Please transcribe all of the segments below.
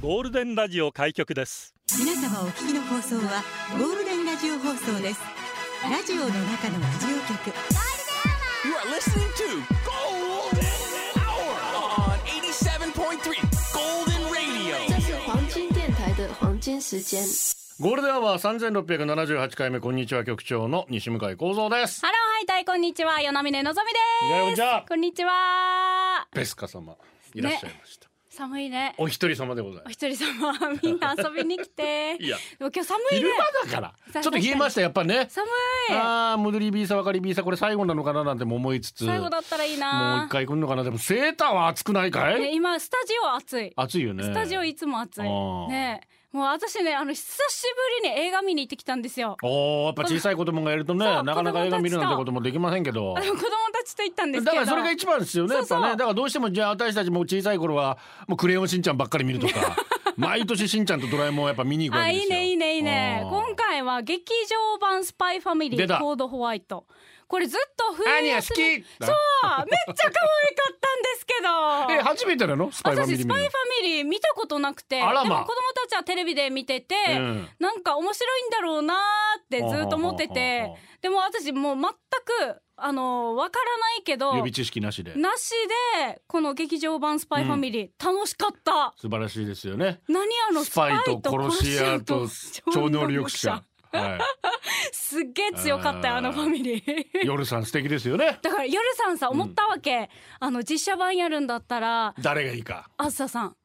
ゴールデンラジオ開局です皆様お聞きの放送はゴールデンラジオ放送ですラジオの中のラジオ局 You are listening to Golden Hour on 87.3 Golden Radio. 这是黄金电台的黄金时间。ゴールデンアワー三千六百七十八回目こんにちは局長の西向井光三です。ハローハイタイこんにちは与那嶺のぞみですいやこんにちはこんにちはベスカ様いらっしゃいました。寒いねお一人様でございおます。一人様みんな遊びに来て いやでも今日寒いね昼間だからちょっと冷えましたやっぱね。寒いああ戻りビーサわかりビーサこれ最後なのかななんても思いつつ、も最う後だったらいいな一回来るのかなでもセーターは暑くないかねい？今スタジオ暑い暑いよね。スタジオいつも暑いあーねもう私ねあの久しぶりに映画見に行ってきたんですよおおやっぱ小さい子供がいるとねそうなかなか映画見るなんてこ子供たちとともできませんけどあ。でも子供たちと行ったんですけだかどらそれが一番ですよねやっぱねそうそだうからどうしてもじゃあ私たちも小さい頃はもうクレヨンしんちゃんばっかり見るとか毎年しんちゃんとドラえもんをやっぱ見に行くわあけでいいすよねいいねいいねあー今回は劇場版スパイファミリ出たーコードホワイトこれずっと冬アニャ休好きみそうめっちゃ可愛かったん えですけど初めてなのスパイファミ私リース見パるイファミリー見たことなくて、あらまでも子供たちはテレビで見てて、うんなんか面白いんだろうなーってずっと思ほうほってうてほうほうでも私もう全くあのわからないけど予備知識なしでなしでこの劇場版スパイファミリー、楽しかった素晴らしいですよね何あのスパイと殺し屋と殺し屋と超能力者はすっげえ強かったよあーあのファミリー い夜さん素敵ですよねだから夜さんさ思ったわけ、あの実写版やるんだったら誰がいいかあずささん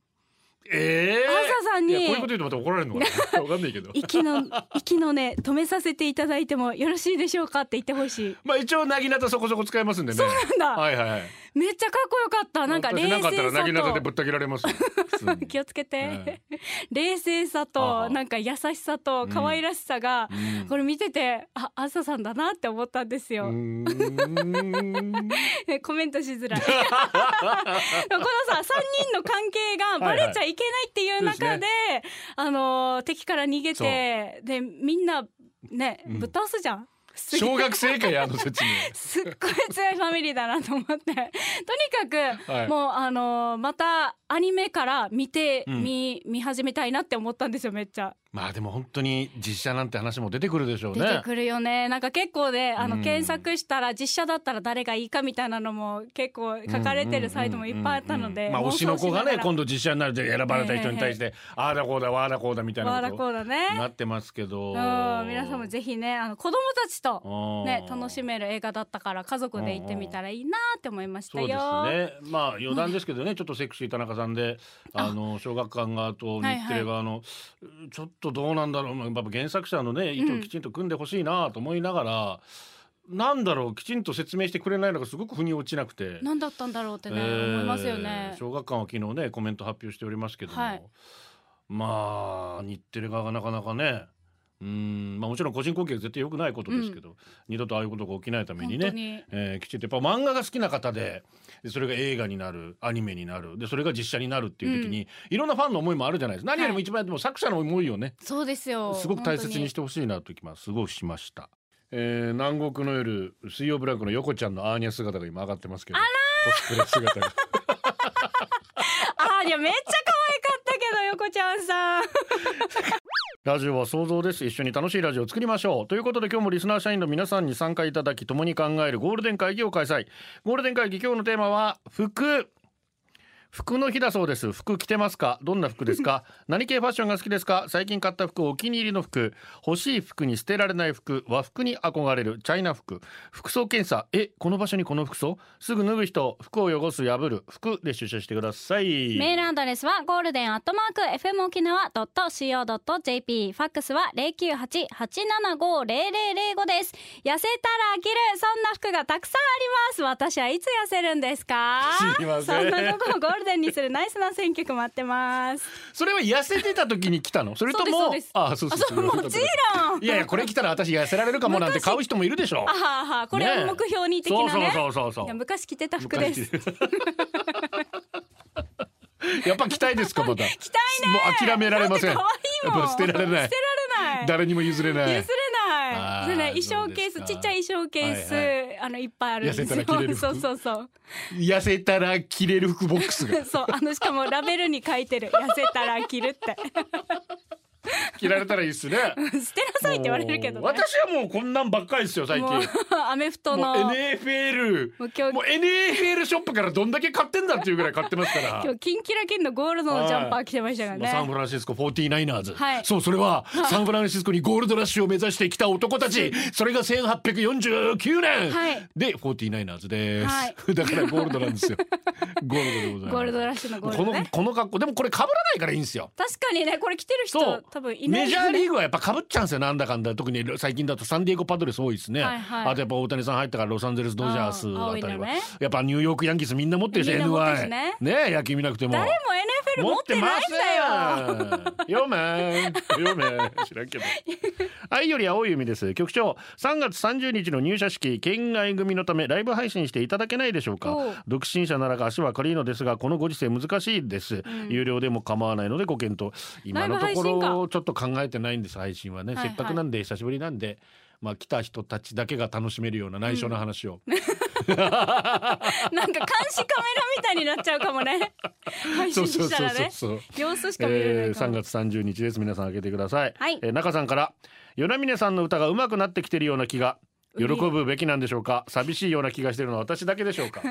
ええあずささんにいやこういうこと言うとまた怒られるのかなわかんないけど息 の息のね止めさせていただいてもよろしいでしょうかって言ってほしいまあ一応なぎなたそこそこ使えますんでねなんだはいはいはいめっちゃかっこよかったなんか冷私なんかあったら静なぎなたでさぶった切られ ますよ普通とに気をつけえて、冷静さはとはなんか優しさと可愛らしさが、うんこれ見ててああずささんだなって思ったんですよ、ねコメントしづらい。 でもこのさ、三人の関係がバレちゃいけないっていう中で、はいはいそうであのー敵から逃げて、でみんなね、うんぶっ倒すじゃん。すっ小学生かやあの説 明すっごい強いファミリーだなと思って。と にかく、はいもうあのーまたアニメから見て、うん見見始めたいなって思ったんですよめっちゃ。まあでも本当に実写なんて話も出てくるでしょう出ねてくるよねなんか結構ねあの、うん検索したら実写だったら誰がいいかみたいなのも結構書かれてるサイトもいっぱいあったのでまあ妄推想しの子がしねながら今度実写になるで選ばれた人に対して、ああだこうだわあだこうだみたいわなあらここうとだになねってますけどうん皆さんもぜひねあの子供たちとひね楽しみめる映画だったから家族で行ってみたらいいなって思いましたそうでよすねまあ余談ですけどねちょっとセクシー田中さんであの小学館側と日テレ側の、ちょっとどうなんだろうやっぱ原作者のね意図をきちんと組んでほしいなと思いながら、なんだろうきちんと説明してくれないのがすごく腑に落ちなくて。何だったんだろうってね、えー思いますよね小学館は昨日ねコメント発表しておりますけども、はいまあ日テレ側がなかなかねうんまあもちろん個人貢献は絶対良くないことですけど、二度とああいうことが起きないために本ね当にえー、きちんとやっぱ漫画が好きな方ででそれが映画になるアニメになるでそれが実写になるっていう時に、いろんなファンの思いもあるじゃないですか何よりも一番でも作者の思いをね、そうですよすごく大切にしててほしいなという気はすごいしました、えー、南国の夜水曜ブランクの横ちゃんのアーニャ姿が今上がってますけどコスプレ姿があーいやめっちゃ可愛かったけど横ちゃんさんラジオは想像です一緒に楽しいラジオを作りましょうということで今日もリスナー社員の皆さんに参加いただき共に考えるゴールデン会議を開催ゴールデン会議今日のテーマは服服の日だそうです服着てますかどんな服です か何系ファッションが好きですか最近買った服お気に入りの服欲しい服に捨てられない服和服に憧れるチャイナ服服装検査えこの場所にこの服装すぐ脱ぐ人服を汚す破る服で出社してくださいメールアドレスはゴールデンアットマーク FM 沖縄 .co.jp ファックスは0988750005です痩せたら飽きるそんな服がたくさんあります私はいつ痩せるんですか知りませんそんなことをゴールデンにするナイスな選曲待ってますそれは痩せてた時に来た のそれともそうですあそうそうそうもちろ んいやいやこれ来たら私痩せられるかもなんて買う人もいるでしょあははこれねえは目標に的なねそうそうそうそいやう昔着てた服です昔 やっぱ着たいですかまた 着たいねもう諦められません だって可愛いもやっんぱ捨てられない捨てられない誰にも譲れない譲れないあはい。ーでね、衣装ケそーうですス、かちっちゃい衣装ケース、はいあのいっぱいあるんです痩せよたら着れる。服そうそうそう。痩せたら着れる服ボックス がそう、あのしかもラベルに書いてる、痩せたら着るって。 着られたらいいっすね。捨てなさいって言われるけど、もうね。私はもうこんなんばっかりですよ最近もうアメフトもうの。 NFL もう今日もう NFL ショップからどんだけ買ってんだっていうぐらい買ってます から今日キンキラキンのゴールドのジャンパー着てましたからまあサンフね。ランシスコ 49ers、はいそうそれはサンフランシスコにゴールドラッシュを目指してきた男たちそれが1849年、はいで 49ers です、はい だからゴールドなんですよゴールドでございますゴールドラッシュのゴールドこのね。この格好でもこれ被らないからいいんですよ確かにね、これ着てるそ人う多分いなメいでジすャーねリーグはやっぱ被っちゃうんですよなんだかんだ特に最近だとサンディエゴパドレス多いですね、はいはいあとやっぱ大谷さん入ったからロサンゼルスドジャースあたあー青りいは、のねやっぱニューヨークヤンキースみんな持ってるしみんな持ってる NY しねねえ野球見なくても誰も NFL 持ってないんだよ。よ。読めん、読めん、知らんけど。愛より青い海です。局長、3月30日の入社式、県外組のためライブ配信していただけないでしょうおかう。独身者ならが足は軽いのですが、このご時世難しいです。有料でも構わないのでご検討。今のとこライブ配信ろちょっと考えてないんです。配信はね、はいはいせっかくなんで久しぶりなんで。まあ来た人たちだけが楽しめるような内緒の話を、なんか監視カメラみたいになっちゃうかもね。配そ信うそうしたそうらそうね。そう様子しか見れなえいー、か3も。月30日です皆さん開けてください、はいえー中さんから与那峰さんの歌が上手くなってきてるような気が喜ぶべきなんでしょうか寂しいような気がしてるのは私だけでしょう か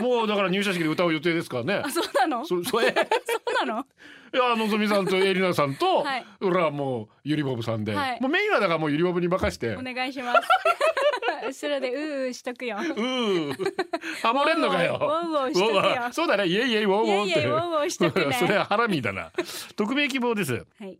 もうだから入社式で歌う予定ですからねあ、そうなの？そそそれうなの？いやのぞみさんとエリナさんと、はい俺はもうゆりぼぶさんで、はいもうメインはだからもうゆりぼぶに任してお願いします。後ろでうーうーしとくよ。うーハモれんの かよ。ウォウウォウォウしとけよウォウォウそうだね。イエイイエイウォウウォウって。イエイイエイウォウウォウしとけね それはハラミーだな。匿名希望です。はい。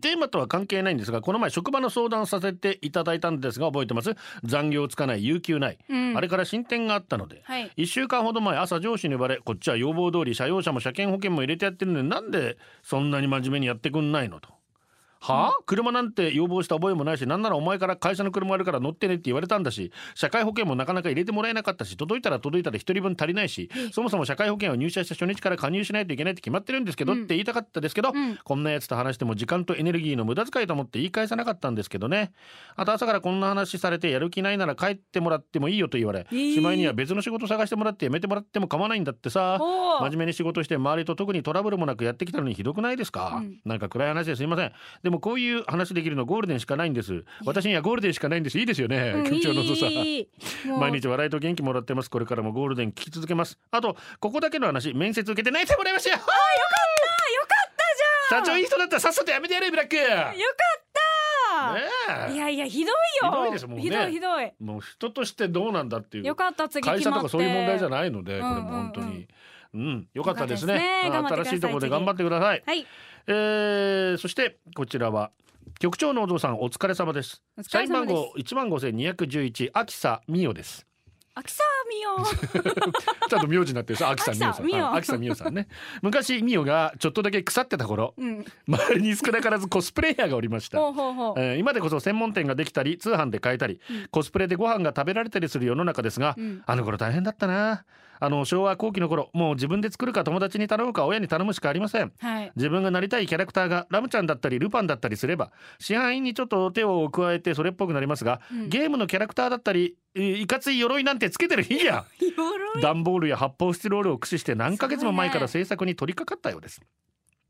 テーマとは関係ないんですがこの前職場の相談させていただいたんですが覚えてます残業つかない有給ない、うんあれから進展があったので、はい1週間ほど前朝上司に呼ばれこっちは要望通り車用車も車検保険も入れてやってるのになんでそんなに真面目にやってくんないのと。はあ、車なんて要望した覚えもないしなんならお前から会社の車あるから乗ってねって言われたんだし社会保険もなかなか入れてもらえなかったし届いたら届いたら1人分足りないしそもそも社会保険は入社した初日から加入しないといけないって決まってるんですけど、って言いたかったですけど、うんこんなやつと話しても時間とエネルギーの無駄遣いと思って言い返さなかったんですけどねあと朝からこんな話されてやる気ないなら帰ってもらってもいいよと言われ、ーしまいには別の仕事探してもらって辞めてもらっても構わないんだってさおー真面目に仕事して周りと特にトラブルもなくやってきたのにひどくないですか、うんなんか暗い話ですいませんでもこういう話できるのゴールデンしかないんです私にはゴールデンしかないんですいいですよね、うん局長のぞさんいいもう毎日笑いと元気もらってますこれからもゴールデン聞き続けますあとここだけの話面接受けて泣いてもらいましたよ社長いい人だったらさっさとやめてやれブラックねよかったえいやいやひどいよひどいですもんねひどいひどいもう人としてどうなんだっていうよかった次決まっ会て社とかそういう問題じゃないのでうんこうれんも本当にうん良かったですよかねったですね頑張っ新てくださいしいところで頑張ってくださいはいえーそしてこちらは局長のお父さんお疲れ様ですお疲社れ員番様です号一万五千二百十一秋佐美代です秋沢美よちゃんと名字になってるさ、秋さん、美代さん、秋さんはい秋さん、美代さんね。昔、美代がちょっとだけ腐ってた頃、 うん周りに少なからずコスプレイヤーがおりました。ほうほうほうえー今でこそ専門店ができたり通販で買えたり、コスプレでご飯が食べられたりする世の中ですが、うんあの頃大変だったなあの昭和後期の頃もう自分で作るか友達に頼むか親に頼むしかありませんはい自分がなりたいキャラクターがラムちゃんだったりルパンだったりすれば市販員にちょっと手を加えてそれっぽくなりますが、うんゲームのキャラクターだったりえーいかつい鎧なんてつけてる日や鎧段ボールや発泡スチロールを駆使して何ヶ月も前から制作に取り掛かったようです。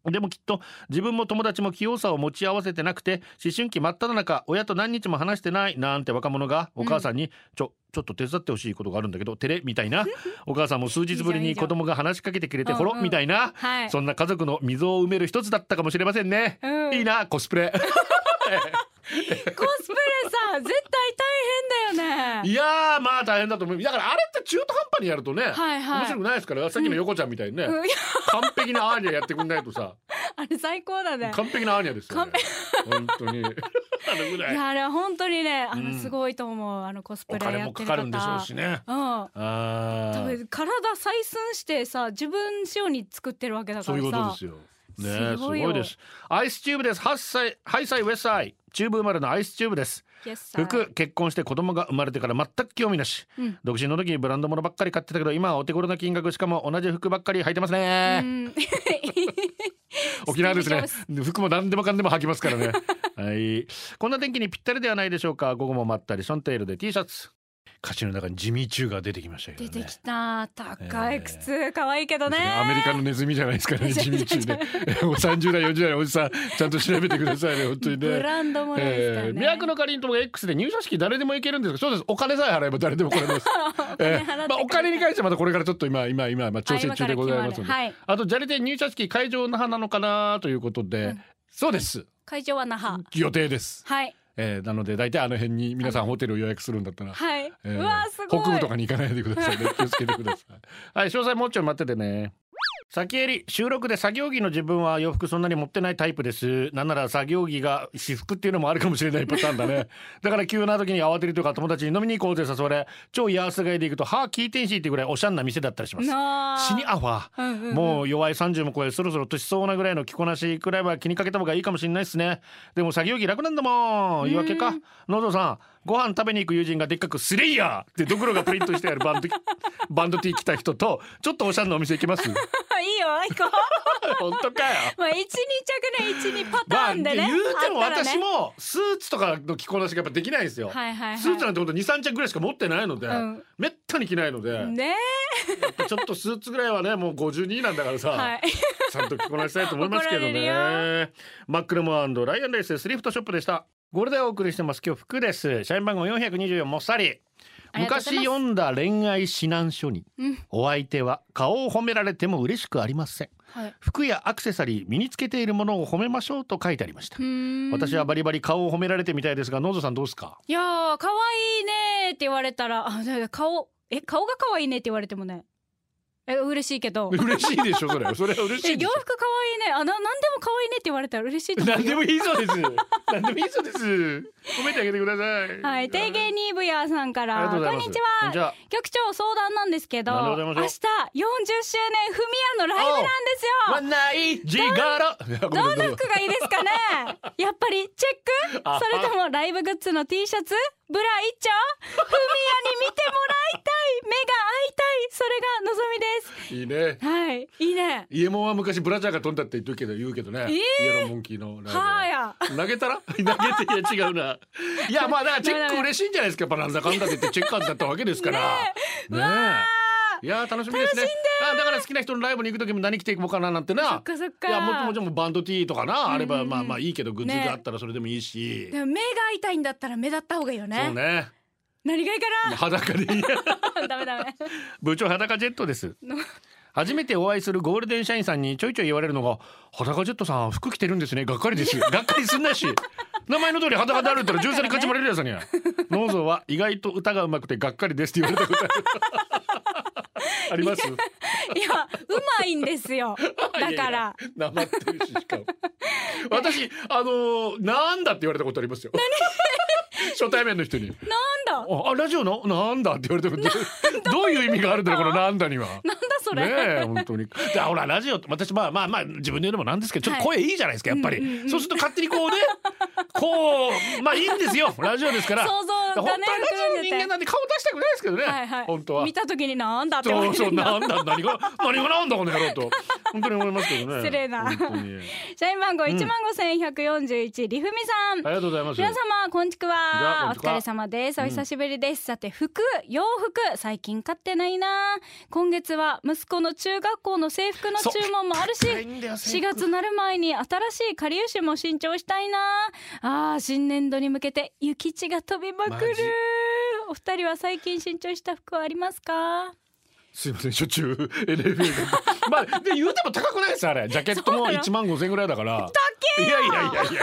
でもきっと自分も友達も器用さを持ち合わせてなくて思春期真っ只中親と何日も話してないなんて若者がお母さんに、ちょちょっと手伝ってほしいことがあるんだけど照れみたい なお母さんも数日ぶりいにいじゃんいいじゃ子ん供が話しかけてくれてうんほうんろみたいな、はいそんな家族の溝を埋める一つだったかもしれませんね、うんいいなコスプレコスプレさ絶対大変だよいねやーまあ大変だと思うだからあれって中途半端にやるとね、はいはい面白くないですからさっきの横ちゃんみたいにね、うんいや完璧なアーニャやってくんないとさあれ最高だね完璧なアーニャですよね本当にあのぐら いいやあれは本当にねあうのんすごいと思うあのコスプおレ金やもっかてるか方るんでしょうしねうんあ多ー分体採寸してさ自分用に作ってるわけだかそらうさいうことですよねすすごごいいよですアイスチューブです8歳ハイサイウェスサイチューブ生まれのアイスチューブですです服結婚して子供が生まれてから全く興味なし、うん独身の時にブランド物ばっかり買ってたけど今はお手頃な金額しかも同じ服ばっかり履いてますね、うん 沖縄 ですねス服も何でもかんでも履きますからね はいこんな天気にぴったりではないでしょうか午後もまったりションテールで T シャツ歌詞の中にジミーチューが出てきましたけど出ねてきた高い靴可愛いけどねアメリカのネズミじゃないです からね、地道にね。もう30代、40代のおじさん、ちゃんと調べてくださいね、本当にブね。ランドものですからえねー、ミ ラクのかりんともが X で入社式誰でも行けるんですがそうですお金さえ払えば誰でも来れ ますえ払ってくださーいまあ、お金に関してはまたこれからちょっと今今今、まあ、調整中でございますのであ今から決まるはいあとじゃれて入社式会場の派なのかなということで、そうです会場は那覇予定です、はいえー、なので大体あの辺に皆さんホテルを予約するんだったらはい、えーうわすごい北部とかに行かないでくださ いね気をつけてくださいはい詳細もうちょい待っててね先襟収録で作業着の自分は洋服そんなに持ってないタイプですなんなら作業着が私服っていうのもあるかもしれないパターンだ ねだから急な時に慌てるとか友達に飲みに行こうぜ誘われ超安がいで行くと歯聞いてんしってぐらいおしゃんな店だったりしますな死にアファ、うんうんうんもう弱い30も超えそろそろ年そうなぐらいの着こなしくらいは気にかけた方がいいかもしれないですねでも作業着楽なんだもん言い訳かのぞさんご飯食べに行く友人がでっかく「スレイヤー!」ってドクロがプリントしてあるバンド バンド T 着た人とちょっとおしゃれなお店行き ます いいよ行こ本当 かようまあ一二着ね一二パタまあ、ーンでね、言うてもあったらね私もスーツとかの着こなしがやっぱできないんですよ、はいはいはいスーツなんて本当23着ぐらいしか持ってないので、うんめったに着ないので、ねちょっとスーツぐらいはねもう52なんだからさ、はいちゃんと着こなしたいと思いますけど怒らね。マックルモアライアンレイススリフトショップでした。ゴールデンをお送りしてます。今日服です。社員番号424もっさり。ありがとうござい 昔ます読んだ恋愛指南書に、うんお相手は顔を褒められても嬉しくありません。はい服やアクセサリー、身につけているものを褒めましょうと書いてありましたう。ーん私はバリバリ顔を褒められてみたいですが、ノーゾさんどうですか。いやー可愛いねーって言われたらあだから顔え顔が可愛いねって言われてもねえ嬉しいけど嬉しいでしょそ れ。それは嬉しえいで洋しょ。服可愛いねあな何でも可愛いねって言われたら嬉しいと思う何でもいいそうです。 何でもいいそう です。褒めてあげてください。はい、提言ニーブヤーさんかありらがとうございますこんにちはこんにちは局長相談なんですけどなるほど明な日るほど40周年フミヤのライブなんですよないジガ ロどんな服がいいですかね やっぱりチェックあそれともライブグッズの T シャツブラ一丁フミヤに見てもらいたい 目が合いたいそれが望みですいいねはいいいねイエモンは昔ブラジャーが飛んだって言ってるけど言うけどね、えーイエローモンキーのライブはや投げたら 投げていや違うないやまあだからチェック嬉しいんじゃないですかやっぱなんだかんだで言ってチェッカーズだったわけですからねえいやー楽しみですねあだから好きな人のライブに行く時も何着ていこうかななんてなそっかそっかいやもちろんもちろんバンド T とかなあればまあまあいいけどグッズねがあったらそれでもいいし、でも目が合いたいんだったら目立った方がいいよねそうね何がいいか裸で いいやな ダメダメ部長裸ジェットです 初めてお会いするゴールデン社員さんにちょいちょい言われるのが「裸ジェットさん服着てるんですねがっかり です」がっかりすんなし名前の通り裸であるったら重曹に勝ちまれるやつ にはノーゾーは意外と歌がうまくてがっかりですって言われたことあるありますいやうまいんですよだ いやかいやらなまってるししかも私あのーなんだって言われたことありますよ 初対面の人になんだああラジオのなんだって言われてもどうどういう意味があるんだろうこのなんだにはなんだそれ、ねえ本当に。でほらラジオって私まあまあまあ自分で言うのもなんですけどちょっと声いいじゃないですか、やっぱり、そうすると勝手にこうねこうまあいいんです よラジオですから。想像がねだから本当はラジオの人含んでて間なんで顔出したくないですけどね、はいはい本当は。見た時になんだって思そううてそうるんだ なんだ何が何がなんだこの野郎と本当に思いますけどね。失礼な本当に社員番号一万五千百四十一りふみさんありがとうございます。皆様こんちくゃあこわんおちくわ疲れ様ですお久しぶりです、さて服洋服最近買ってないな今月は息子の中学校の制服の注文もあるしそう高いんだよ制4服月なる前に新しい下流種も新調したいなあー新年度に向けて雪地が飛びまくマるジお二人は最近新調した服はありますかすいませんしょっちゅう LFA がまあで言うても高くないですあれジャケットも1万5千ぐらいだから高いやいやいやいやいや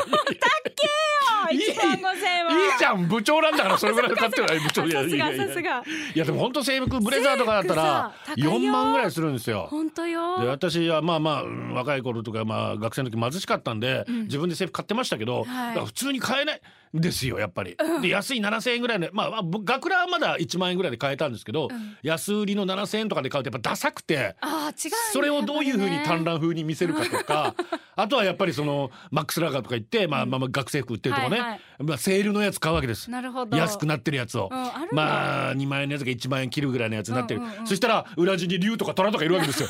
いい一万五千はいいじゃん部長なんだ からそれぐらいの買ってない部長いやさいすやがいやさすがいやでも本当制服ブレザーとかだったら制服さ高いよ4万ぐらいするんですよ。本当でよ私はまあまあうん若い頃とかまあ学生の時貧しかったんで、自分で制服買ってましたけど、はいだから普通に買えないんですよやっぱり。で安い7,000円ぐらいのまあまあ僕学ランはまだ1万円ぐらいで買えたんですけど、安売りの7,000円とかで買うとやっぱダサくて。あー違うねそれをどういうふうにやっぱり短ね覧風に見せるかと かあとはやっぱりそのマックスラガーとか行って、まあ、まあまあ学生服売ってるとかね、はいはいまあ、セールのやつ買うわけですなるほど安くなってるやつを、うんあるねまあ2万円のやつが1万円切るぐらいのやつになってる、うんうんうん そしたら裏地に竜とか虎とかいるわけですよ。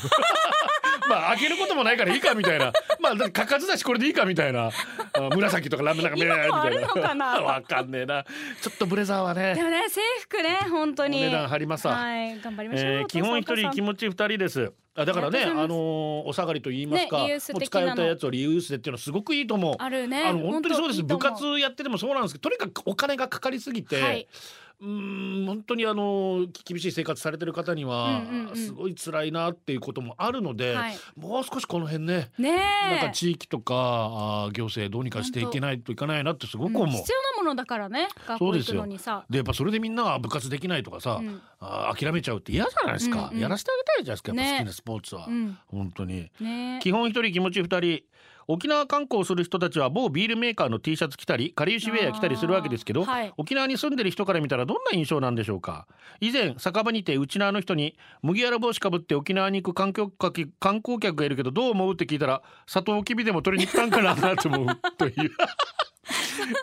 まあ開けることもないからいいかみたいなまあだってかかずだしこれでいいかみたいなあ紫とかラメなんかみたい今もあるのかな わかんねえなちょっとブレザーは でねもね制 服ね本当おに値段張りますわ、はい頑張りましょう、えー基本一人気持持ち二人ですあだからあねりがとうございますあのーお下がりと言いますか、ねリユースもう的使なのえたやつをリユースでっていうのはすごくいいと思うあるねあの本当にそうですいいと部思う活やっててもそうなんですけどとにかくお金がかかりすぎて、はいうーん本当にあのき厳しい生活されてる方には、うんうんうんすごい辛いなっていうこともあるので、はいもう少しこの辺ね、ねえなんか地域とかあー行政どうにかしていけないといかないなってすごく思う。うん必要なものだからね学そう校で行すくよのにさでやっぱそれでみんなが部活できないとかさ、うんあー諦めちゃうって嫌じゃないですか、うんうんやらせてあげたいじゃないですかやっぱね好きなスポーツは、うん本当にね基本一人気持ち二人沖縄観光する人たちは某ビールメーカーの T シャツ着たりかりゆしウェア着たりするわけですけど、あーはい沖縄に住んでる人から見たらどんな印象なんでしょうか以前酒場にてうちのあの人に麦わら帽子かぶって沖縄に行く観光客観光客がいるけどどう思うって聞いたらサトウキビでも取りに来たんかなと思うという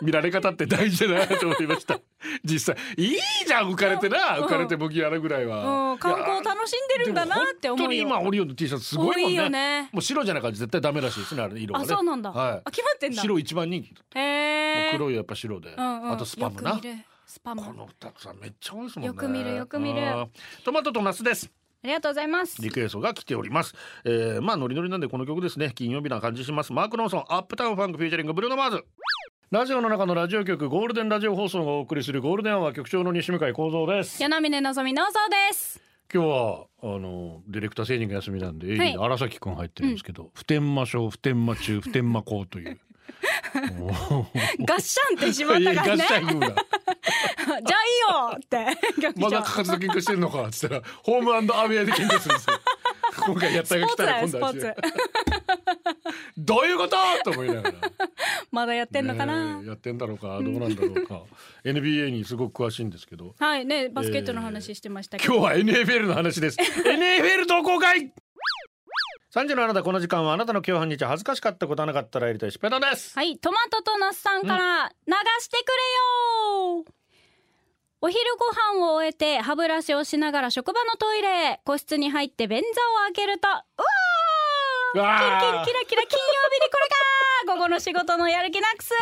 見られ方って大事だなと思いました実際いいじゃん浮かれてなうん浮かれて麦わらぐらいは、うん観光楽しんでるんだなって思本当うによ今オリオンの T シャツすごいも多いんよねねもう白じゃなかったら絶対ダメらしいですねあれ色があねそうなんだ、はいあ決まってんだ白一番人気へえ黒いやっぱ白で、うんうんあとスパムなよく見るスパムこのたくさんめっちゃ多いですもんねよく見るよく見るあートマトとナスですありがとうございますリクエストが来ております、えー、まあノリノリなんでこの曲ですね金曜日な感じしますマーク・ロンソンアップタウンファンクフューチャリングブルーノ・マーズラジオの中のラジオ局ゴールデンラジオ放送がお送りするゴールデンは局長の西向井幸三です柳根のぞみのぞです今日はあのディレクター政人が休みなんで、はい荒崎くん入ってるんですけど、普天間小普天間中普天間高というガッシャンって しまっいたからやいやガッねシャン言う なじゃあいい よって逆まにだ活動研究してるのかっつったらホームアウェイで研究するん ですよ今回やったスが来ポーツたらだよ今ス度ポはーツどういうことと思いながら まだやってんのかな、ねえやってんだろうかどうなんだろうか NBA にすごく詳しいんですけどはいねバスケットの話してましたけど、今日は NFL の話です NFL 同好会3時のあなたこの時間はあなたの今日半日恥ずかしかったことはなかったらやりたいしペダですはいトマトとナスさんから流してくれよ、お昼ご飯を終えて歯ブラシをしながら職場のトイレ個室に入って便座を開けるとうわうーわーキンキンキラキラ金曜日にこれかー午後の仕事のやる気なくす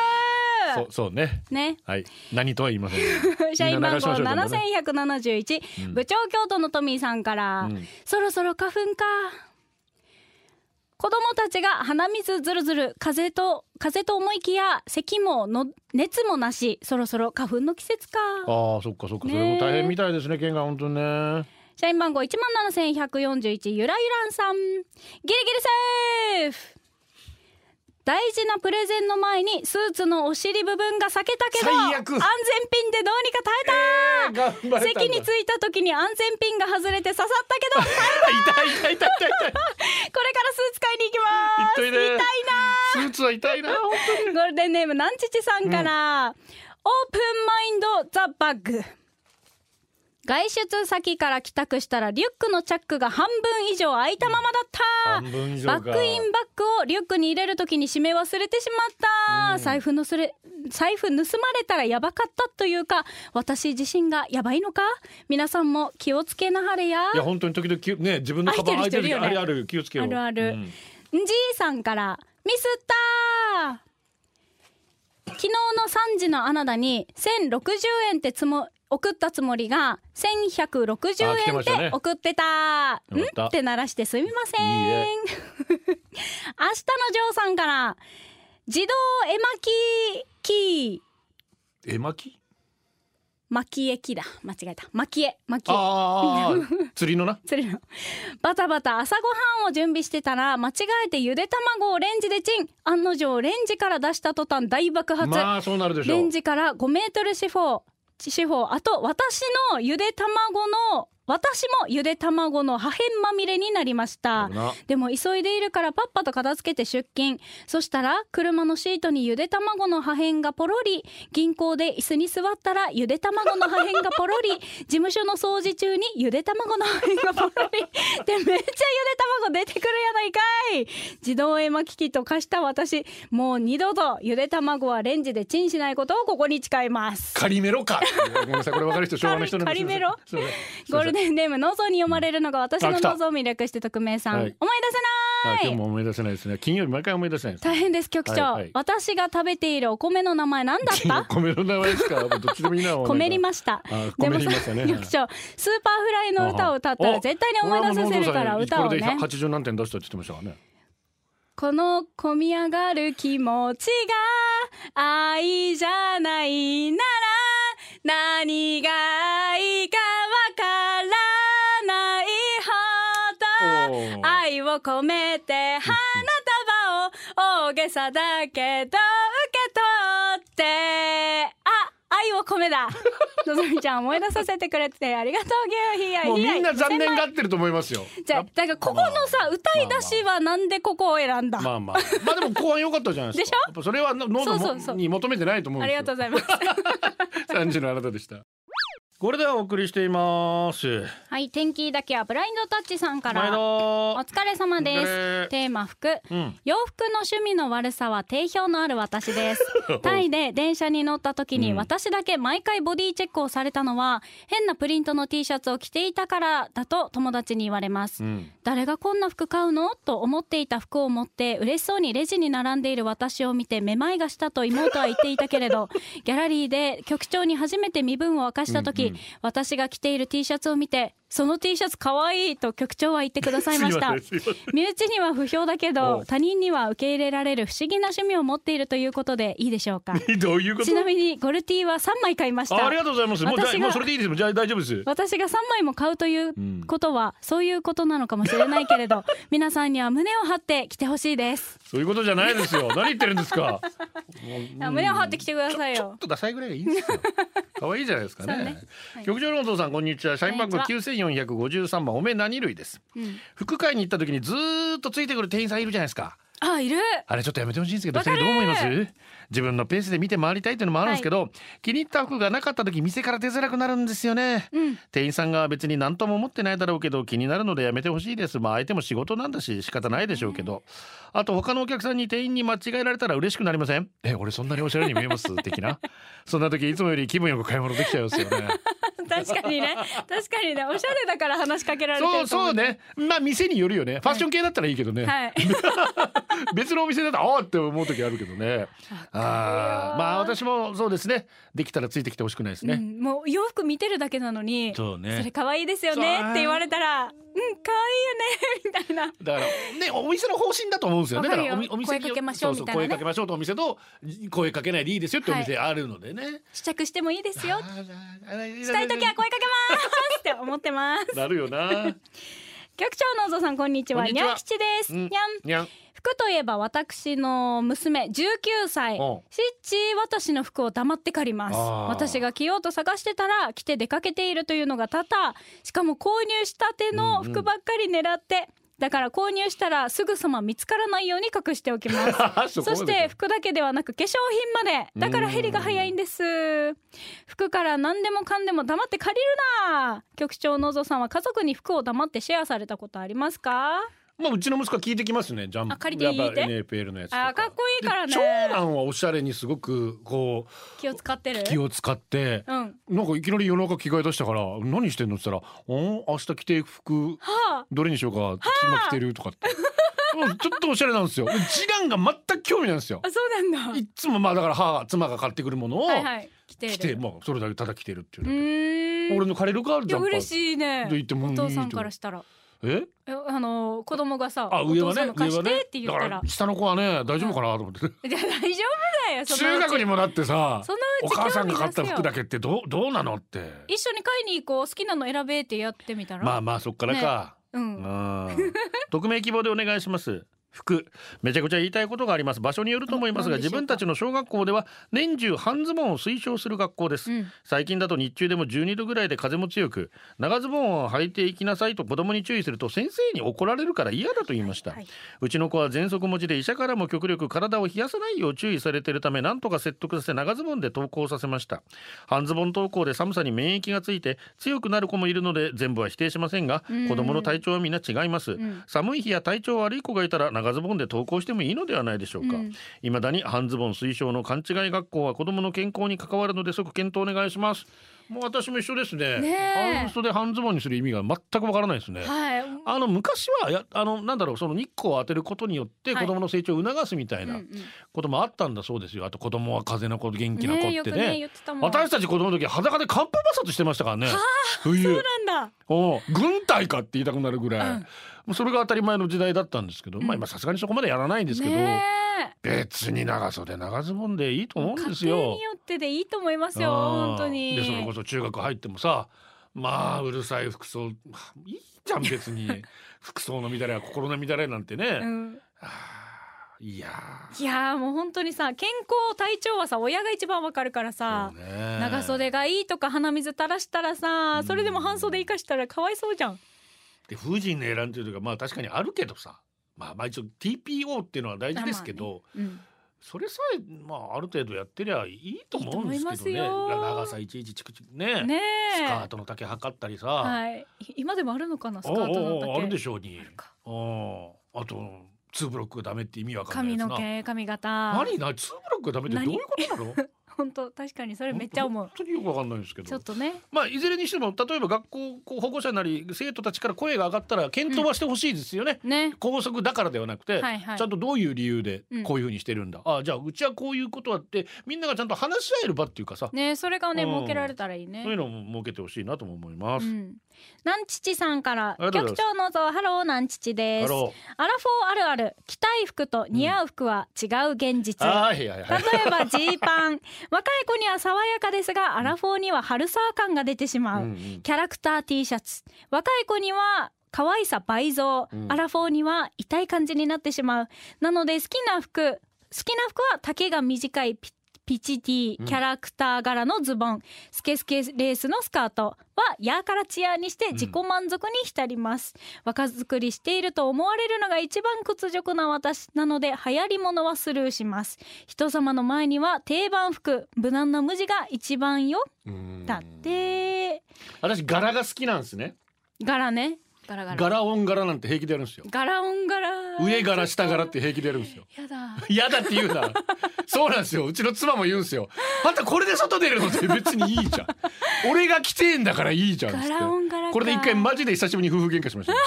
そうそうねねはい何とは言いませ ん社員番号みんな流しま7171、ん部長京都のトミーさんから、うんそろそろ花粉か子供たちが鼻水ずるずる風邪と風邪と思いきや咳もの熱もなしそろそろ花粉の季節かああそっかそっかそねえれも大変みたいですね県が本当にね社員番号17141ゆらゆらんさんギリギリセーフ大事なプレゼンの前にスーツのお尻部分が裂けたけど最安全悪ピンでどうにか耐えた、頑張れたん席だに着いた時に安全ピンが外れて刺さ ったけどこれか痛い痛い痛い痛い痛いらスーツ買いに行きます痛いね痛いなスーツは痛いな本ゴールデンネームなんちちさんから、オープンマインドザバッグ外出先から帰宅したらリュックのチャックが半分以上開いたままだった半分以上かバックインバッグをリュックに入れるときに締め忘れてしまった、財布のすれ財布盗まれたらやばかったというか私自身がやばいのか皆さんも気をつけなはれや当いや本当に時々きね自分のカバン開開いてる時いてる人いるよねあるある気をつけようあるある、うんんじいさんから「ミスったー!」昨日の3時のあなたに1060円ってつも送ったつもりが1160あ来て円まっしたねて送ってたよかったんって鳴らしてすみませんいいえ明日のジョーさんから自動絵巻き機絵巻き巻き絵機だ間違えた巻き絵巻き絵ああ釣りのな釣りのバタバタ朝ごはんを準備してたら間違えてゆで卵をレンジでチン案の定レンジから出した途端大爆発、まあそうなるでしょうレンジから5メートル四方四方あと私のゆで卵の私もゆで卵の破片まみれになりました危なでも急いでいるからパッパと片付けて出勤そしたら車のシートにゆで卵の破片がポロリ銀行で椅子に座ったらゆで卵の破片がポロリ事務所の掃除中にゆで卵の破片がポロリってめっちゃゆで卵出てくるやないかい自動絵巻機と化した私もう二度とゆで卵はレンジでチンしないことをここに誓いますカリメロかごめんなさいこれ分かる人昭和の人なんですカリメロすいませんすいませんゴールデデンネームのぞに読まれるのが私あの来たのぞを魅力して匿名さん、はい思い出せあない今日も思い出せないですね金曜日毎回思い出せない です大変です局長、はいはい私が食べているお米の名前なんだった 米の名前ですからもうどっちでもいいなもうなんかこめりましたあこでめもりさましたね 局長スーパーフライの歌を歌ったあら絶対に思い出させるからこれはもう歌をこれでね80何点出したって言ってましたからねこの込み上がる気持ちが愛じゃないなら何が愛かわからないほどおー愛を込めて花束を大げさだけど受け取ってあ愛を込 めだのぞみちゃん思い出させてくれてありがとうぎゅうひやもうひやみんな残念がってると思いますよじゃあだからここのさ歌い出しはなんでここを選んだ、まあまあまあでも後半良かったじゃないですかでしょやっぱそれはのそ喉うもそうそうに求めてないと思うんあですりよがとうござい ます。三時のあなたでしたこれではお送りしていますはい、天気だけはブラインドタッチさんか毎ら。お度疲れ様でお疲すれ。テーマ服。うん洋服の趣味の悪さは定評のある私 です。タイで電車に乗った時にうん私だけ毎回ボディチェックをされたのは、変なプリントの T シャツを着ていたからだと友達に言われます。うん誰がこんな服買うのと思っていた服を持って嬉しそうにレジに並んでいる私を見てめまいがしたと妹は言っていたけれ どギャラリーで局長に初めて身分を明かした時、私が着ている T シャツを見てその T シャツかわいいと局長は言ってくださいました すいませんすいま身内には不評だけおどう他人には受け入れられる不思議な趣味を持っているということでいいでしょうかせんどういうことちなみにゴルティは3枚買いましたあありがとうございますもうじゃ私あがもうそれでいいですもうじゃあ大丈夫です私が3枚も買うということは、そういうことなのかもしれないけ れど皆さんには胸を張って来てほしいです、そういうことじゃないですよ何言ってるんです か胸を張って来てくださいちょよっとダサいぐらいがいいんですよ。可愛いじゃないですかそうねね。局長のお父さん、こんにちは。社員番号九千四百五十三番、おめ何類です。副会に行った時に、ずーっとついてくる店員さんいるじゃないですか。あいるあれちょっとやめてほしいんですけど、わそかるれどう思います自分のペースで見て回りたいっていうのもあるんですけど、気に入った服がなかった時、店から出づらくなるんですよね。うん店員さんが別に何とも思ってないだろうけど気になるのでやめてほしいですまあ相手も仕事なんだし仕方ないでしょうけど、あと他のお客さんに店員に間違えられたら嬉しくなりません え俺そんなにおしゃれに見えます的 なそんな時いつもより気分よく買い物できちゃいます よね 確かにね確かにねおしゃれだから話しかけられてそうると思そうねまあ店によるよねファッション系だったらいいけどね、はい別のお店だとああって思う時あるけどねあーまあ私もそうですねできたらついてきてほしくないですね、うん、もう洋服見てるだけなのにそうねれ可愛いですよねって言われたらうん可愛いよねみた いなだからねお店の方針だと思うんですよね。わだかかるよらおみお店に声かけましょうそそみたいな声ねかけましょうとお店と声かけないでいいですよってお店あるのでね。試着してもいいですよししたい時は声かけますって思って ますなるよ な。局長のぞさんこんにちはこんににちはゃん吉ですうにゃんんにゃん服といえば私の娘19歳うんしっち私の服を黙って借りますあー私が着ようと探してたら着て出かけているというのが多々しかも購入したての服ばっかり狙って、だから購入したらすぐさま見つからないように隠しておき ますそこそまでして服だけではなく化粧品までだからヘリが早いんです服から何でもかんでも黙って借りるな局長のぞさんは家族に服を黙ってシェアされたことありますかまあうちの息子は聞いてきますね。ジャンプあ借りていいってやっぱ NPL のやつとあーかっこいいからねで長男はおしゃれにすごくこ気を使ってるう気を使って。うんはなんかいきなり夜中着替え出したから何してんのって言ったら「うん明日着ていく服あどれにしようか今着てる」とかってうんちょっとおしゃれなんですよ。で次男が全く興味ないんですよあ。そうなんだいっつもまあだから母妻が買ってくるものをはいはい来てる着てまあそれだけただ着てるっていううだけーん俺の借りるかいジャやンパー嬉しいねで言ってもおいいと父さんからしたらええあの子供がさあお上父はさんねの貸上しはてねって言だっかたらら下の子はね大丈夫かなと思っていや大丈夫だよそのう中ち学にもなってさそのうおち興味母さんが買った出すよ服だけってどうどうなのって一緒に買いに行こう好きなの選べってやってみたらまあまあそっからかううんん匿名希望でお願いします服めちゃくちゃ言いたいことがあります場所によると思いますうがん何自でしょうか分たちの小学校では年中半ズボンを推奨する学校です、うん最近だと日中でも12度ぐらいで風も強く長ズボンを履いていきなさいと子供に注意すると先生に怒られるから嫌だと言いました、はいはいうちの子は喘息持ちで医者からも極力体を冷やさないよう注意されているためなんとか説得させ長ズボンで登校させました半ズボン登校で寒さに免疫がついて強くなる子もいるので全部は否定しませんがうん子供の体調はみんな違います、ん寒い日や体調悪い子がいたら長ズボンで登校してもいいのではないでしょうか、うんいまだに半ズボン推奨の勘違い学校は子どもの健康に関わるので即検討お願いしますもう私も一緒ですねねえ半袖半ズボンにする意味が全くわからないですね、はい。あの昔はやあのなんだろうその日光を当てることによってはい子供の成長を促すみたいうんうなんこともあったんだそうですよあと子供は風邪の子元気な子ねえっよてくねね言ってたもん。私たち子供の時裸で乾布摩擦してましたからね冬なんだ。おう軍隊かって言いたくなるぐらい、うんもうそれが当たり前の時代だったんですけど、まあ今さすがにそこまでやらないんですけど、ねえ別に長袖長ズボンでいいと思うんです家よ。庭によってでいいと思いますよ。あー本当に。でそれこそ中学入ってもさまあうるさい服装まあいいじゃん別 に服装の乱れは心の乱れなんてね、うんはあいやいやーもう本当にさ健康体調はさ親が一番わかるからーさ、そうね長袖がいいとか鼻水垂らしたらさそれでも半袖生かしたらかわいそうじゃん。で風神の選んでるとかまあ確かにあるけどさまあまあ一応 TPO っていうのは大事ですけど、うんそれさえまあある程度やってりゃいいと思うんですいけどねいと思いますよ長さいちいちチクチクねねスカーえ。トの丈測ったりさ、はい。今でもあるのかなスカおうおートうのおう丈。あるでしょうにあるかうんあとツーブロックがダメって意味わかんないや髪つなの毛髪型。何なツーブロックがダメってどういうことなの本当確かにそれめっちゃ思う本。当によくわかんないんですけちょっどとね。まあいずれにしても例えば学校こう保護者なり生徒たちから声が上がったら検討はしてほしいですよね、ね。校則だからではなくて、はいはいちゃんとどういう理由でうんこういうふうにしてるんだ、あじゃあうちはこういうことあってみんながちゃんと話し合える場っていうかさ、ねそれがねうん設けられたらいいね。そういうのも設けてほしいなとも思います。うん、なんちちさんからありがとうござい局ます長のぞハローなんちちであすのアラフォーあるある着たい服と似合う服は違う現実、あーいやいやい例やえばジーパン若い子には爽やかですがアラフォーには春サー感が出てしまう、うんうんキャラクター T シャツ若い子には可愛さ倍増、うんアラフォーには痛い感じになってしまうなので好きな服好きな服は丈が短いピピチティキャラクター柄のズボン、スケスケレースのスカートはやーからチヤーにして自己満足に浸ります、若作りしていると思われるのが一番屈辱な私なので流行りものはスルーします人様の前には定番服無難な無地が一番ようんだって私柄が好きなんですね。柄ね柄柄柄オン柄なんて平気でやるんですよ。柄音柄上柄下柄って平気でやるんですよ。やだ嫌だって言うな。そうなんですよ。うちの妻も言うんですよ。あんたこれで外出るのって別にいいじゃん。俺が来てんだからいいじゃんっつって。柄音柄かこれで一回マジで久しぶりに夫婦喧嘩しましたよ。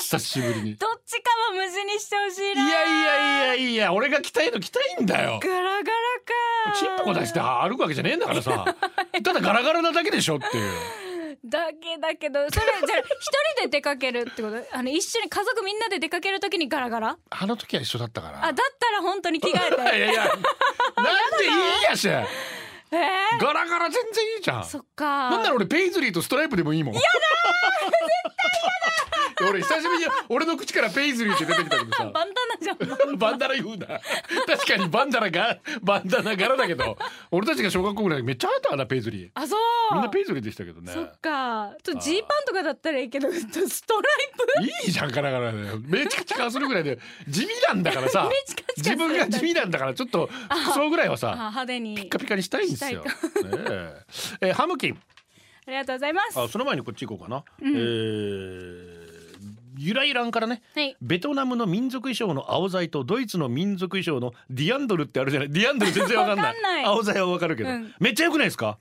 久しぶりに。いどっちかは無事にしてほしいやないやいやいや、俺が着たいの着たいんだよ。ガラガラかチンポコ出して歩くわけじゃねえんだからさ。ただガラガラなだけでしょっていう。だけだけどそれじゃあ一人で出かけるってことあの一緒に家族みんなで出かけるときにガラガラあの時は一緒だったかあだら。ったら本当に着替 えいてやいや、なんでいいやし。えーガラガラ全然いいじゃん。そっかなんなら俺ペイズリーとストライプでもいいもん。やだー絶対やだ 俺久しぶりに俺の口からペイズリーって出てきたけどさ。バンダナじゃ んバンダナ言うな。確かにバンダナが、バンダナ柄だけど、俺たちが小学校ぐらいめっちゃ流行ったからな、ペイズリー。あそみんなうペイズリーでしたけどねそ。っかちょっとジーパンとかだったらいいけどストラ イプいいじゃん、ガラガラだよ。目チカチカするぐらいで、地味なんだから さ。チカチカす自る分が地味なんだから、ちょっと服装ぐらいはあさ、派手にピッカピカにしたいんですよ。ねええーハムキン。ありがとうございますあその前にこっち行こうかな、えー由来欄からねはいベトナムの民族衣装の青材とドイツの民族衣装のディアンドルってあるじゃないディアンドル全然わかんない わかんない青材はわかるけど、うんめっちゃ良くないですか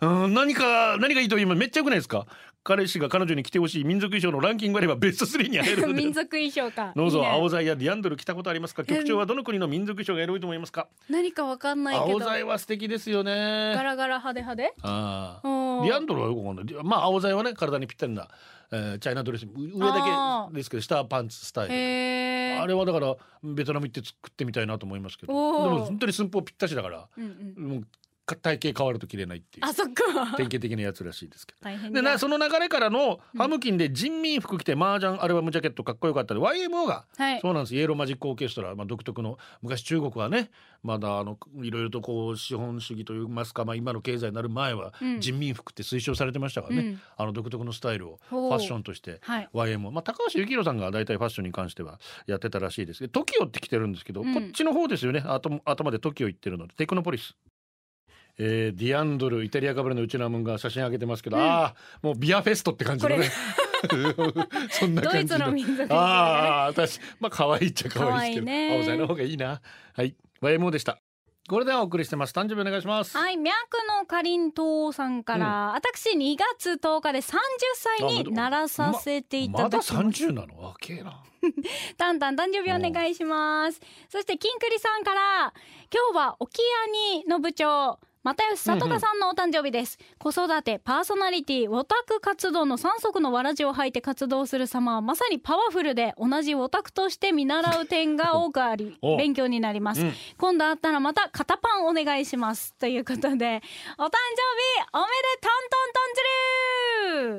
うん何か何がいいと今めっちゃ良くないですか彼氏が彼女に着てほしい民族衣装のランキングがあればベスト3に 入るので民族衣装かどういぞいね青材やディアンドル着たことありますか局長はどの国の民族衣装がエロいと思いますか何かわかんないけ青ど材は素敵ですよガねラガラ派手派手ああおディアーンドルはよくわかんない。まあ青材はね体にぴったりな、えーチャイナドレスう上だあけーですけど下はパンツスタイルで。へーあれはだからベトナム行って作ってみたいなと思いますけど。でおーも本当に寸法ぴったしだから、うんうんもう体型変わると着れないっていうあそっか典型的なやつらしいですけど。大変でだなその流れからのハムキンで人民服着て麻雀アルバムジャケットかっこよかったで YMO がはいそうなんですイエローマジックオーケストラ、まあ、独特の昔中国はねまだあのいろいろとこう資本主義といいますか、まあ、今の経済になる前はうん人民服って推奨されてましたからね、うんあの独特のスタイルをフほうァッションとしてはい YMO、まあ、高橋幸宏さんが大体ファッションに関してはやってたらしいですけど TOKIO って来てるんですけど、うんこっちの方ですよね頭頭で TOKIO 言ってるのでテクノポリス。えーディアンドルイタリアかぶれのうちなもんが写真上げてますけど、うんああもうビアフェストって感じのね そんなド感イじツの民族衣装がねああ、私、まあ可愛いっちゃ可愛いですけど、可愛いね青材の方がいいな。はい、YMO でした。ゴールデンをお送りしてます誕生日お願いしますはい、ミャクのかりんとうさんから、私2月10日で30歳にならさせていたまだだきます。 30なのわけえな、たんたん誕生日お願いします。そして、キンクリさんから、今日は沖屋にの部長、又吉里香さんのお誕生日です。子育て、パーソナリティ、オタク活動の3足のわらじを履いて活動する様は、まさにパワフルで、同じオタクとして見習う点が多くありお勉強になります。うん今度会ったらまた肩パンお願いします。ということで、お誕生日、おめでとんとんとん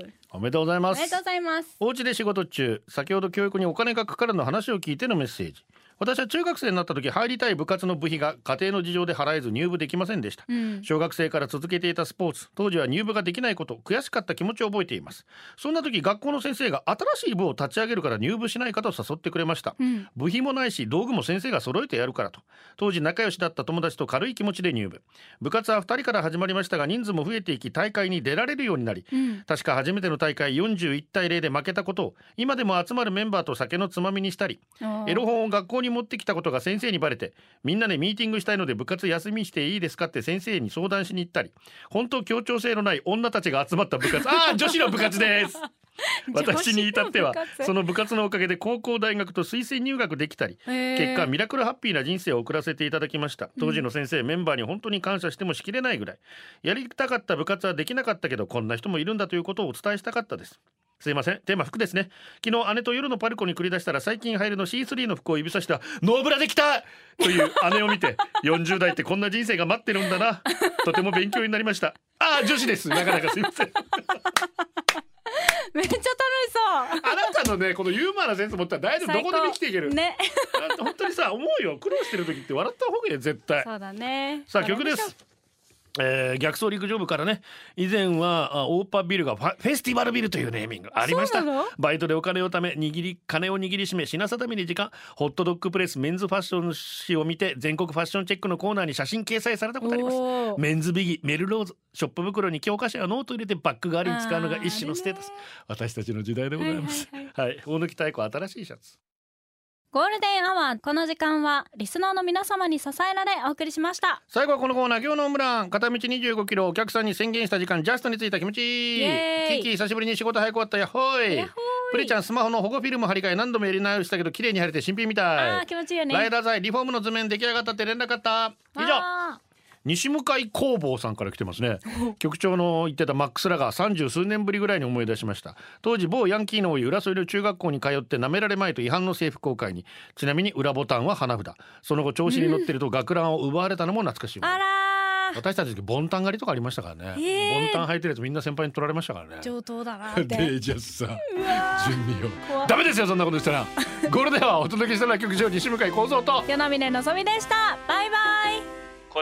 ずるおめでとうございおまめですとうございます。お家で仕事中先ほど教育にお金がかかるの話を聞いてのメッセージ私は中学生になった時入りたい部活の部費が家庭の事情で払えず入部できませんでした、うん小学生から続けていたスポーツ当時は入部ができないこと悔しかった気持ちを覚えていますそんな時学校の先生が新しい部を立ち上げるから入部しないかと誘ってくれました、うん部費もないし道具も先生が揃えてやるからと当時仲良しだった友達と軽い気持ちで入部部活は2人から始まりましたが人数も増えていき大会に出られるようになり、うん確か初めての大会41対0で負けたことを今でも集まるメンバーと酒のつまみにしたりエロ本を学校に持ってきたことが先生にバレてみんなでミーティングしたいので部活休みしていいですかって先生に相談しに行ったり本当協調性のない女たちが集まった部 活ああ女子の部活です 私に至ってはその部活のおかげで高校大学と推薦入学できたり結結果ミラクルハッピーな人生を送らせていただきました当時の先生、メンバーに本当に感謝してもしきれないぐらいやりたかった部活はできなかったけどこんな人もいるんだということをお伝えしたかったですすいませんテーマ服ですね昨日姉と夜のパルコに繰り出したら最近入るの C3 の服を指さした「ノーブラできた!」という姉を見て40代ってこんな人生が待ってるんだなとても勉強になりましたああ女子ですなかなかすいませんめっちゃ楽しそうあなたのねこのユーモアなセンス持ったら大丈夫ど最こ高でも生きていける、ねあ本当にさ思うよ苦労してる時って笑った方がいいよ絶対そうだねさあ曲です。えー、逆走陸上部からね以前はあオーパビルがファフェスティバルビルというネーミングありましたそうなのバイトでお金をため握り金を握りしめ品定めに時間ホットドッグプレスメンズファッション誌を見て全国ファッションチェックのコーナーに写真掲載されたことありますおーメンズビギメルローズショップ袋に教科書やノートを入れてバッグ代わりに使うのが一種のステータス私たちの時代でございますはいはい、大貫太鼓新しいシャツゴールデンアワーこの時間はリスナーの皆様に支えられお送りしました最後はこのコーナー今日のホームラン片道25キロお客さんに宣言した時間ジャストについた気持ちいいイエーイキキ久しぶりに仕事早く終わったやっほーいやっほーいプリちゃんスマホの保護フィルム張り替え何度もやり直したけど綺麗に貼れて新品みあたーい気持ちいいよねライダー材リフォームの図面出来上がったって連絡あった以上わ西向井工房さんから来てますね局長の言ってたマックスらが三十数年ぶりぐらいに思い出しました当時某ヤンキーの多い浦添の中学校に通って舐められまいと違反の制服を買いにちなみに裏ボタンは花札その後調子に乗ってると学ランを奪われたのも懐かしいーわあらー私たちの時ボンタン狩りとかありましたからね、へえボンタン履いてるやつみんな先輩に取られましたからね上等 だなってでじゃあさうわ準備怖をいダメですよそんなことしたら ゴールデンはお届けしたのは局長西向井幸三とー夜峰のぞみでしたバイバイこ